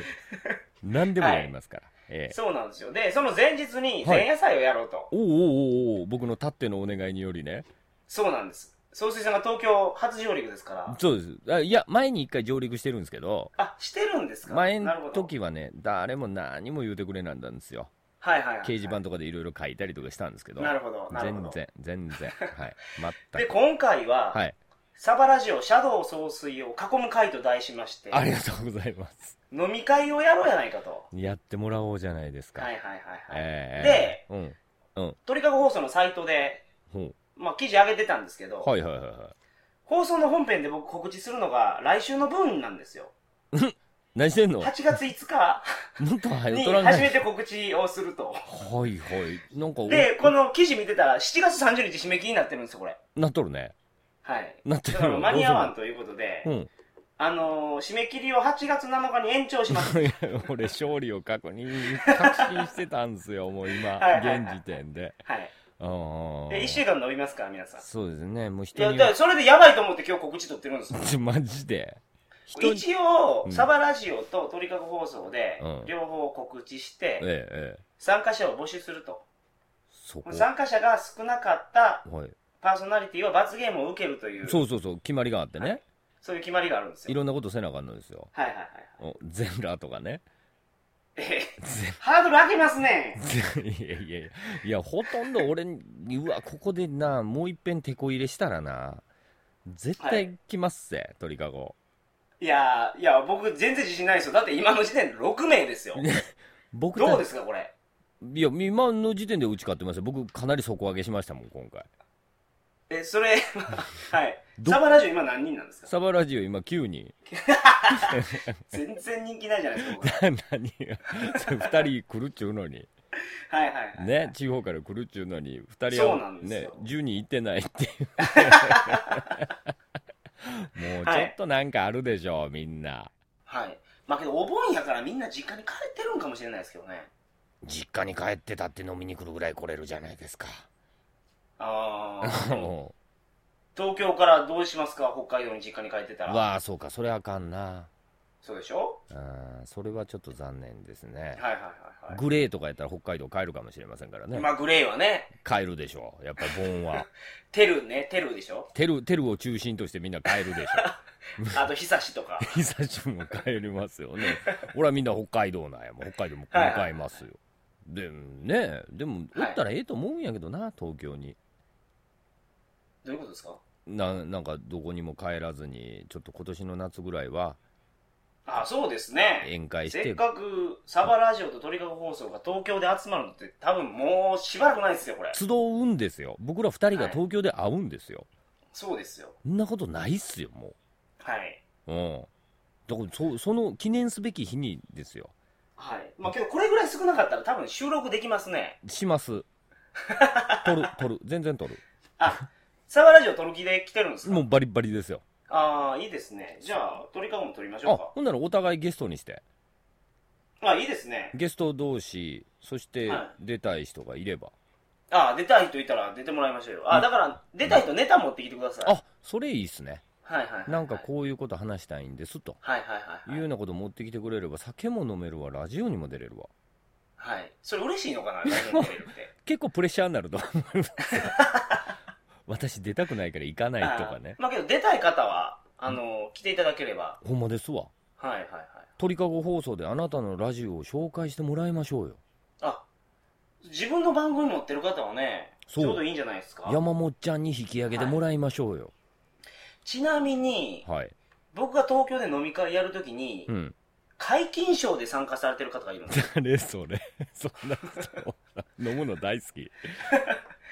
E: 何でもやりますから。ええ。
A: そうなんですよ。で、その前日に
E: はい
A: 前夜祭をやろうと。
E: おうおうおうおう僕のたってのお願いによりね。
A: そうなんです。総帥さんが東京初上陸ですから。
E: そうです。あいや、前に一回上陸してるんですけど、
A: あ、してるんですか
E: 前
A: なるほ
E: の
A: ど
E: 時はね、誰も何も言うてくれなんだんですよ。
A: はいはいはい。
E: 掲示板とかでいろいろ書いたりとかしたんですけど。
A: なるほど、なるほ
E: 全
A: ど。
E: 然、全然。はい。
A: で、
E: <laughs> 全く。
A: 今回は、
E: はい。
A: サバラジオシャドウ総帥を囲む会と題しまして、
E: ありがとうございます。
A: 飲み会をやろうやないかと。
E: やってもらおうじゃないですか。
A: はいはいはいはい。
E: ええうん。
A: 鳥かご放送のサイトで、
E: ほ
A: まあ、記事上げてたんですけど、
E: うはいはいはいは
A: 放送の本編で僕告知するのが来週の分なんですよ。
E: い。何してんの
A: 8月5日
E: なんか早
A: に
E: 取らな
A: 初め
E: い。
A: て告知をすると。
E: はいはい。なんか、
A: で、この記事見てたら、7月30日締め切りになってるんですよ、これ。
E: なっとるね。
A: はい。
E: なって
A: だ
E: る
A: から間に合わん
E: ど
A: ということで、
E: うぞ
A: あのー締め切りを8月7日に延長します。
E: うん。いや <laughs> 俺、勝利を確認、確信してたんですよ、もう今
A: はい、はい
E: 現時点で。
A: はい。
E: うんうん
A: で、1週間伸びますから、皆さん。
E: そうですね、もう
A: い
E: 人
A: や、
E: に
A: だか
E: は
A: ら。それでやばいと思って今日告知取ってるんですよ。
E: <laughs> マジで。人に。
A: 一応
E: う、ん
A: サバラジオと鳥かご放送で
E: うん、
A: 両方告知し
E: え
A: て、、
E: えええ。
A: 参加者を募集すると。
E: そこ。
A: 参加者が少なかった
E: はい。
A: パーソナリティは罰ゲームを受けるという、
E: そうそうそう、決まりがあって
A: は
E: ね。
A: そういう決まりがあるんです
E: い
A: よ。
E: ろんなことせなあかんのですよ。
A: はいはいはい。
E: お全裸とかね。
A: えへハードル上げますね。
E: いやいやいやいやほとんど俺にうわここでなもういっぺんてこ入れしたらな絶対来ますぜ、鳥かご
A: いやー、いや、僕全然自信ないですよ。だって今の時点で6名ですよ。
E: 僕た
A: どうですか、これ。
E: いや今の時点でうち買ってますよ僕かなり底上げしましたもん今回
A: え、それ、
E: <laughs>
A: はい。
E: ど
A: サバラジオ今何人なんですか
E: サバラジオ今9人
A: 全然人気ないじゃないですか、僕
E: <laughs> 何2人来るっちゅうのに
A: はいはいはい。
E: ね地方から来るっちゅうのに2人
A: そうな
E: は
A: んです
E: ね
A: よ
E: 10人行ってないっていう
A: <laughs>
E: もうちょっとなんかあるでしょうみんな
A: はい。まあけど、お盆やからみんな実家に帰ってるんかもしれないですけどね。
E: 実家に帰ってたって飲みに来るぐらい来れるじゃないですか
A: あ
E: う <laughs>
A: ー。
E: ん
A: 東京からどうしますか北海道に実家に帰ってたら。
E: わあそうかそれあかんな
A: そうでしょ
E: うんそれはちょっと残念ですね
A: はいはいはいはい。
E: グレーとかやったら北海道帰るかもしれませんからね
A: まあ、グレーはね、
E: 帰るでしょうやっぱ盆は
A: テルね、テルでし
E: <laughs>
A: ょ
E: テルテルを中心としてみんな帰るでしょ
A: あと、ヒサシとか。
E: う久しぶりも帰りますよね俺はみんな北海道なんやもん北海道も向かいますよでもねでもおったらええと思うんやけどな東京に
A: どういうことですか
E: ななんかどこにも帰らずにちょっと今年の夏ぐらいは
A: あ、そうですね。
E: 宴会し
A: せ
E: て
A: っかく、サバラジオと鳥かご放送が東京で集まるのって、多分もうしばらくないですよ、これ。
E: 集うんですよ僕ら二人が東京で会うんですよ、
A: そうですよ。
E: そんなことないっすよも
A: はい。
E: ううんだからそその記念すべき日にですよ
A: はい。まあ、けど、これぐらい少なかったら多分収録できますね。
E: します撮る撮る全然撮る
A: あ、サバラジオ撮る気で来てるんですか
E: もうバリバリですよ
A: ああ、いいですね。じゃあ、鳥かごも撮りましょ
E: あ
A: うか。
E: ほんならお互いゲストにして
A: あ、いいですね。
E: ゲスト同士そして
A: は
E: 出たい人がいれば、
A: あ、出たい人いたら出てもらいましょうよ。あ、だから、出たい人ネタ持ってきてください。
E: あそれいいっすね
A: はいはいはい。
E: なんかこういうこと話したいんですと
A: はいはいはい
E: いう
A: はい。
E: ようなこと持ってきてくれれば酒も飲めるわラジオにも出れるわ
A: はい。それ嬉しいの
E: <laughs>
A: かな、ラジオに出れるって。
E: 結構プレッシャーになると思います私出たくないから行かないとかね
A: あーまあけど、出たい方は、あの、来ていただければ。
E: ほんまですわ
A: はいはいはい。
E: 鳥かご放送であなたのラジオを紹介してもらいましょうよ
A: あ、自分の番組持ってる方はね、
E: そう
A: ちょうどいいんじゃないですか。
E: 山本ちゃんに引き上げてもらいましょうよ
A: ちなみに、
E: はい、
A: 僕が東京で飲み会やるときに
E: う、ん
A: 解禁賞で参加されてる方がいるんです
E: <laughs>
A: よ。<laughs>
E: 誰それそんな人飲むの大好 <laughs> き、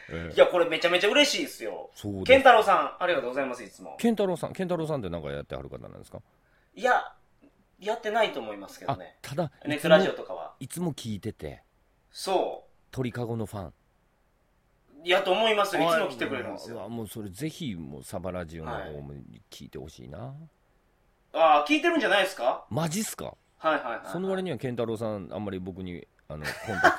E: ええ
A: いや、これめちゃめちゃ嬉しいですよ。
E: そ
A: 健
E: うです
A: 太郎さん、ありがとうございます、いつも。
E: 健太郎さん健太郎さんって何かやってはる方なんですか
A: いや、やってないと思いますけど
E: あ
A: ね。
E: ただ
A: ネッ
E: いつ
A: ト
E: も
A: ラジオとかは。
E: いつも聞いてて
A: そ
E: 鳥かごのファン
A: う。いや、と思いますよ。いつも来てくれるんです
E: うわ
A: よ。
E: もうそれぜひもうサバラジオの方も聞いてほしいな、
A: ああ、聞いてるんじゃないですか
E: マジっすか
A: はいはいはい。
E: その割には健太郎さんあんまり僕にあのコンタ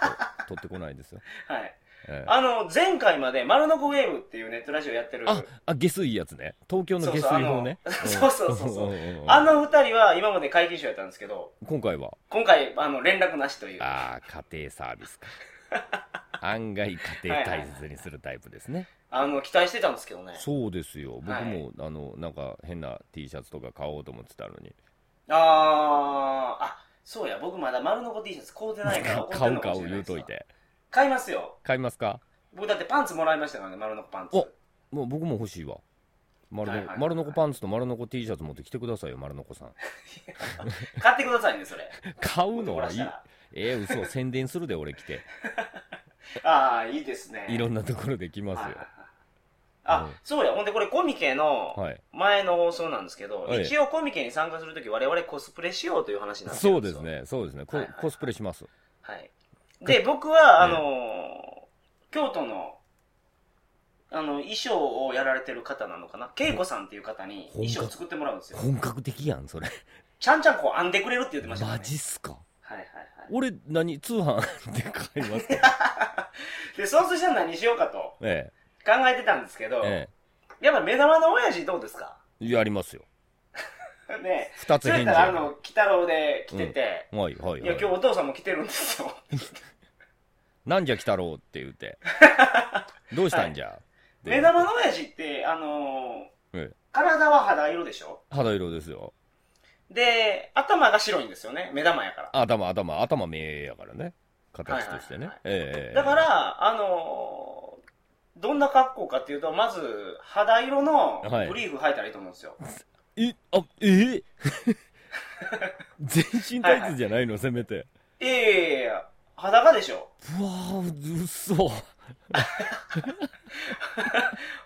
E: クト取ってこないですよ、
A: はい。
E: ええ
A: あの、前回まで、丸のこウェーブっていうネットラジオやってる。
E: あ、あ、下水やつね。東京の下水法ね。
A: <laughs> そうそうあのそうそうそうそうん
E: んんん
A: あの二人は今まで会議所やったんですけど、
E: 今回は、
A: 今回、あの、連絡なしという。は
E: ああ、家庭サービスか。案外家庭大切にするタイプです
A: <laughs>
E: ね。
A: あの、期待してたんですけどね。
E: そうですよ。僕も、
A: はい
E: あの、なんか変な T シャツとか買おうと思ってたのに。
A: あー、あ、そうや、僕まだ丸のこ T シャツ買うてないから怒って
E: <laughs> 買
A: ん
E: う
A: のか
E: 買
A: もし
E: う
A: れない
E: 言
A: です
E: うといて。
A: 買いますよ。
E: 買いますか
A: 僕だってパンツもらいましたからね、丸のこパンツ。
E: おもう僕も欲しいわ。丸の、
A: はいはいはい
E: 丸のこパンツと丸のこ T シャツ持ってきてくださいよ、丸の
A: <laughs>
E: こさん。
A: 買ってくださいね、それ。
E: 買うの
A: 怒ら
E: はい
A: し
E: い
A: た。ら
E: ええ嘘、宣伝する
A: <laughs>
E: で、俺来て。
A: ああ、いいですね。
E: いろんなところで来ます
A: はい
E: よ
A: はい。あ、
E: うん
A: そうや。ほんで、これコミケの
E: はい。
A: 前の放送なんですけど、
E: はい
A: 一応コミケに参加するとき我々コスプレしようという話になってる
E: そ
A: ん
E: う
A: で
E: です
A: よ
E: す。ね、そうですね。コ
A: はいはいはい
E: コスプレします。
A: はい。で、僕は、あのー京都の、あの、衣装をやられてる方なのかな恵子さんっていう方に
E: 本
A: 衣
E: 格
A: 装作ってもらうんですよ。
E: 本格的やん、それ。
A: ちゃんちゃんこう編んでくれるって言ってましたから
E: マ
A: ね。
E: ジっすか。
A: はいはいは
E: 俺、何、通販 <laughs> で買いま
A: <laughs>
E: すか
A: い。で、そうしたら何しようかと
E: え
A: 考えてたんですけど、
E: え、え
A: やっぱ目玉の親父どうですか <laughs>
E: え。やりますよ。
A: ね
E: 二
A: そ
E: つ
A: うや
E: 返
A: っ
E: 事
A: たら、あの、鬼太郎で来てて、
E: はいはい
A: いや、今
E: はい。
A: 日お父さんも来てるんですよ。
E: なんじゃ来たろうって言
A: <laughs>
E: うて。どうしたんじゃ、って
A: 目玉の親父って、あのー
E: ええ
A: 体は肌色でしょ
E: 肌色ですよ。
A: で、頭が白いんですよね。目玉やから。
E: 頭、頭、頭目やからね。形としてね。
A: はい
E: ええ。
A: だから、あのーどんな格好かっていうと、まず、肌色の
E: はい
A: ブリーフ履いたらいいと思うんですよ。
E: え、あ、ええ <laughs> 全身タイツじゃないの、せめて。
A: いやいやいやいや、裸でしょ。
E: うわー、うっそ。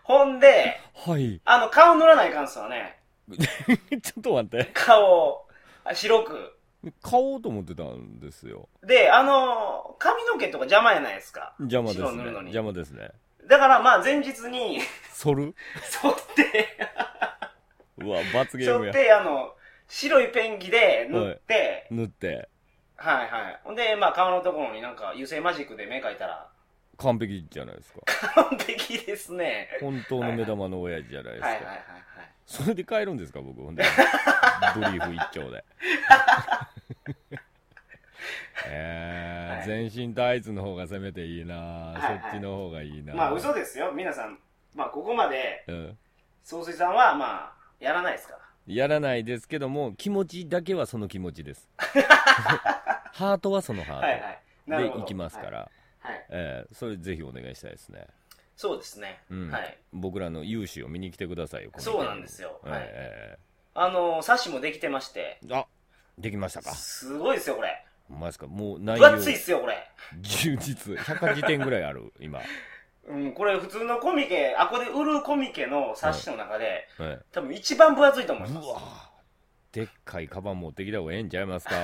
A: ほんで、
E: はい。
A: あの、顔塗らないかんすよね。
E: ちょっと待って。
A: 顔を、あ白く。
E: 買おうと思ってたんですよ。
A: で、あのー髪の毛とか邪魔やないですか。
E: 邪魔ですね
A: 白塗るの。に
E: 邪魔ですね。
A: だから、まあ、前日に、 <laughs>
E: 剃る
A: 剃って、
E: うわ、罰ゲー
A: 剃
E: ム
A: っ
E: や。
A: て、あの、白いペンキで塗って、
E: 塗って、
A: はい、はいほんで、まあ、顔のところになんか、油性マジックで目描いたら、 <laughs>
E: 完璧じゃないですか。
A: 完璧ですね。
E: 本当の目玉の親父じゃないです
A: はいはい
E: か
A: は。いはい。
E: それで買えるんですか、
A: <laughs>
E: 僕。ほんで。ブリーフ一丁で。えー、全身タイツの方がせめていいな、
A: はい
E: そっちの方がいいな
A: まあ嘘ですよ皆さんまあここまで
E: うん、
A: 総帥さんはまあやらないですから
E: やらないですけども気持ちだけはその気持ちです
A: <laughs>
E: ハートはそのハート、
A: はいはいなるほ
E: で
A: ど
E: いきますから、
A: はい、はい
E: えーそれぜひお願いしたいですね、
A: そうですね、
E: うん
A: はい
E: 僕らの勇姿を見に来てくださいよこの
A: そうなんですよ
E: えー
A: はい
E: え
A: あのー、冊子もできてまして
E: ーあできましたか
A: すごいですよこれ
E: ほんまですかもう内
A: 分
E: 容
A: 厚いっすよこれ
E: 充実180点ぐらいある今、
A: うん、これ普通のコミケあこで売るコミケの冊子の中で、
E: え
A: 多分一番分厚いと思い
E: ー
A: ま
E: う
A: す
E: わーでっかいカバン持ってきた方がええんちゃいますか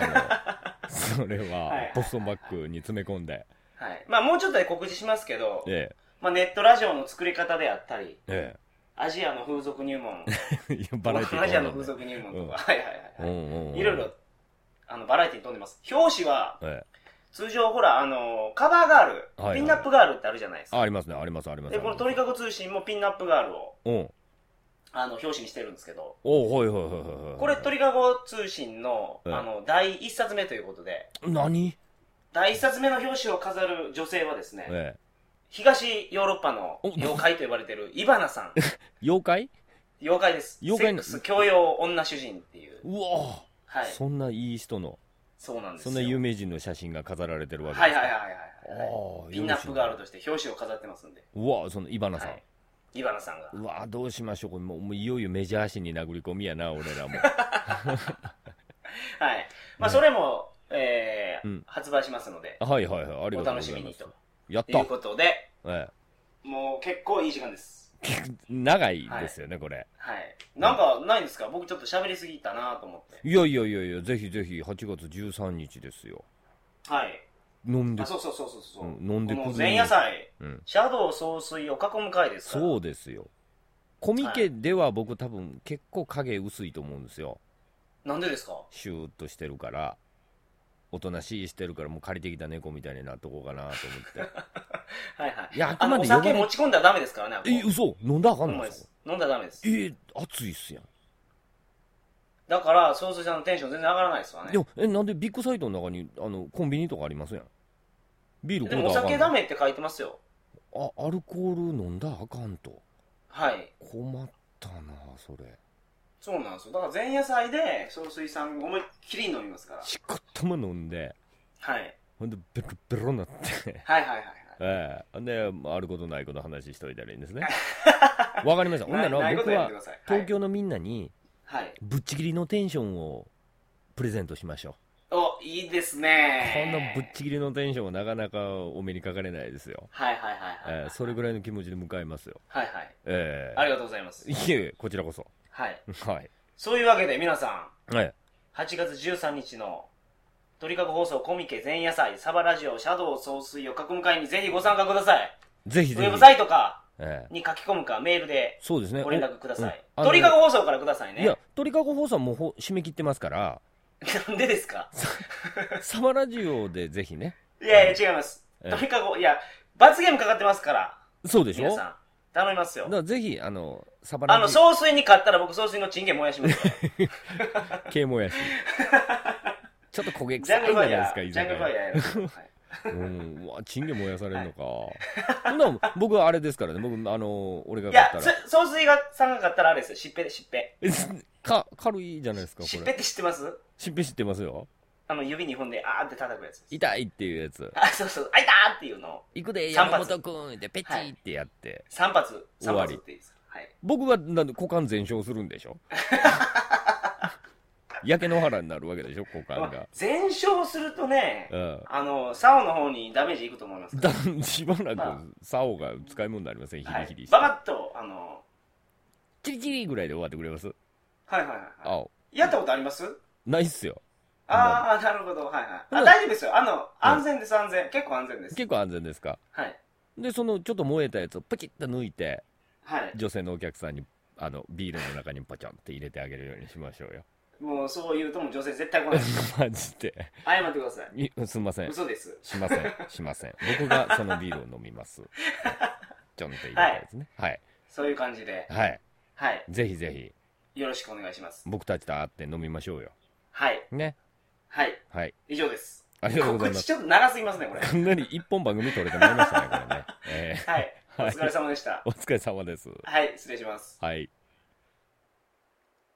A: <laughs>
E: もうそれ
A: はい
E: はボストンバッグに詰め込んで
A: はいまあもうちょっとで告知しますけど、
E: ええ
A: まあ、ネットラジオの作り方であったり
E: ええ
A: アジアの風俗入門
E: いや <laughs> バラエティ
A: アジア
E: ー
A: の風俗入門とか、はいはいはい、
E: うんうんうん
A: いろいろ、あの、バラエティに飛んでます。表紙は、
E: ええ
A: 通常、ほら、あの、カバーガール、
E: はいはい
A: ピンナップガールってあるじゃないですか。
E: あありますねありますあります
A: で、この鳥かご通信もピンナップガールを、
E: うん
A: あの、表紙にしてるんですけど、
E: おうはいはいはいはいはい
A: これ、鳥かご通信の、
E: うん
A: あの、第一冊目ということで、
E: 何
A: 第一冊目の表紙を飾る女性はですね、
E: ええ
A: 東ヨーロッパの
E: お
A: 妖怪と呼ばれてる、イバナさん。
E: 妖怪
A: 妖怪です。セ
E: 妖怪
A: ッ
E: な
A: クス教養女主人っていう。
E: うわ
A: は
E: あ
A: い。
E: そんないい人の
A: そうなんです
E: そ
A: よ。
E: んな有名人の写真が飾られてるわけ
A: はいはいはい
E: い
A: はいはい
E: ああ
A: はい。ピンナップガールとして表紙を飾ってますんで。
E: うわあそのイバナさん、
A: はいイバナさんが。
E: うわあどうしましょうこれもうもういよいよメジャー誌に殴り込みやな俺ら
A: <laughs>
E: も
A: はい。まあ、
E: ね
A: それも、えー
E: うん
A: 発売しますので、
E: はいはいはいあり
A: お
E: がとうご
A: 楽し
E: ざ
A: み
E: いま
A: に
E: す
A: と。
E: やっ
A: い
E: た
A: う、ことで、
E: え
A: もう結構いい時間です。
E: え、長いですよね、これ
A: はい。なんかないんですか僕ちょっと喋りすぎたなと思って。
E: いやいやいやいやぜひぜひ8月13日ですよ
A: はい。
E: 飲んで
A: あ、そうそうそうそうそう。
E: うん飲んで
A: この
E: 崩
A: 前
E: れる
A: 夜祭、
E: うん
A: シャドウ総帥を囲む会ですから。
E: そうですよコミケでは僕多分結構影薄いと思うんですよ
A: なんでですか
E: シューッとしてるからおとなしいしてるからもう借りてきた猫みたいになっとこうかなと思っ
A: はいはい。
E: <laughs> いやあく
A: あ
E: ま
A: の、
E: で
A: お
E: 呼ばれ
A: 酒持ち込んだらダメですからねあこ
E: てえ嘘飲んだらあか
A: ほ
E: ん
A: ん
E: の
A: ま
E: で
A: ですす。飲んだらダメです
E: え。ー、熱いっすやん
A: だから、総帥さんのテンション全然上がらないですわね
E: で。もえなんでビッグサイトの中にあのコンビニとかありますやんビール
A: で
E: これ
A: もお酒
E: あ
A: ダメって書いてますよ。
E: あアルコール飲んだらあかんと
A: はい。
E: 困ったなそれ
A: そうなんですよ。だから前夜祭で、総帥さん思いっきり飲みますから。
E: しこったま飲んで
A: はい。
E: ほんでベロベロになって <laughs>
A: はいはいはいはい。
E: ええであることないこと話しといたらいいんです
A: <laughs>
E: ねわかりましたほんな
A: な
E: ら
A: いこ
E: 僕
A: とやっ
E: は
A: てください。
E: 東京のみんなに
A: はい。
E: ぶっちぎりのテンションをプレゼントしましょ
A: お、いいです
E: この
A: ね。
E: ぶっちぎりのテンションはなかなかお目にかかれないですよ。
A: はいはいはいはい。
E: えーそれぐらいの気持ちで迎えますよ。
A: はいはい。
E: えー
A: ありがとうございます。
E: いえいえ、こちらこそ。 <laughs>
A: はい。
E: はい。
A: そういうわけで皆さ
E: はい。
A: ん、8月13日の鳥かご放送コミケ前夜祭サバラジオシャドウ総水を囲む会にぜひご参加ください。
E: ぜひ
A: ウ
E: ぜ
A: ェブ
E: ひ。
A: サイトか
E: えー
A: に書き込むかメールで
E: そうですね。
A: ご連絡ください。
E: おうんあの
A: 鳥かご放送からください
E: い
A: ね
E: や。、鳥かご放送はもうほ締め切ってま
A: <laughs>
E: すから、
A: なんでですか
E: サバラジオでぜひね。
A: いやいや違います。
E: ええ
A: 鳥かご、いや、罰ゲームかかってますから、
E: そうでしょ
A: 皆さん。頼みます
E: だ
A: よ
E: か。らぜひ、あの、サバ
A: あ
E: ラ
A: の、
E: ジ
A: 総
E: オ
A: 帥に勝ったら僕総帥のチンゲ燃やしますから。
E: 系も
A: <laughs>
E: やし。ちょっと焦げ
A: ジャ
E: 臭
A: ン
E: い
A: グル
E: じゃ
A: ファイヤ
E: ないですか、
A: ー。
E: 居
A: ジャングル
E: 酒
A: ファイ
E: 屋。
A: ヤーやる。
E: <laughs>
A: はい
E: うん、うわ、チンゲ燃やされるのか。そんなもん僕はあれですからね、僕、あの、俺が
A: い
E: 買った
A: や、
E: ら。
A: そ総帥がさんが勝ったらあれですよ。しっぺで、しっぺ。
E: えすか軽いじゃないですか
A: しっ
E: こ
A: ぺっ
E: れ
A: て知ってます
E: しっぺ知ってますよ
A: あの、指2本で、あーって叩くやつです。
E: 痛いっていうやつ
A: あ、そうそう、あいたーっていうのを、
E: 行くで
A: 散
E: 山
A: 髪
E: 本君ってペチ
A: はい
E: ってやって、
A: 3発、
E: 終
A: 3
E: わ
A: 発
E: り
A: っていいです。はい。
E: 僕がなんで股間全焼するんでしょ <laughs> 焼け野原になるわけでしょ股間
A: ま
E: が
A: あ、全勝するとね、
E: うん
A: あの、竿の方にダメージいくと思いますか
E: だしばら
A: ま
E: く竿が使い物になりませんヒ
A: ら。は
E: リ
A: い
E: ヒリ。して、
A: バカッと、あの、
E: チリチリぐらいで終わってくれます
A: はいはいはいは
E: あ
A: い。やったことあります
E: おないっすよ
A: ああ、なるほど、はいはい。
E: う
A: あ、
E: ん
A: 大丈夫ですよ。あの、安全です、安全。結構安全です。
E: 結構安全ですか
A: はい。
E: でそのちょっと燃えたやつをプチッと抜いて
A: はい。
E: 女性のお客さんにあのビールの中にポチョンって入れてあげるようにしましょうよ <laughs>
A: もう、そう言うとも女性絶対来ないです。
E: マジで
A: 謝ってください。
E: いすんません
A: 嘘です。
E: しません、しません。僕がそのビールを飲みます。ちょんって言いたいですね。はい。
A: そういう感じで。
E: はい。
A: はい。
E: ぜひぜ
A: よろしくお願いします
E: ひ、。僕たちと会って飲みましょうよ。
A: はい。
E: ね。
A: はい。
E: はい。
A: 以上です。
E: ありがとうございま
A: 告知
E: す。
A: ちょっと長すぎますね、これ。
E: かなり一本番組取れてもらいましたね、これね。え
A: はい。お
E: <laughs> はい
A: 疲れ様でした
E: ー、お。疲れ様です。
A: はい、失礼します。
E: はい。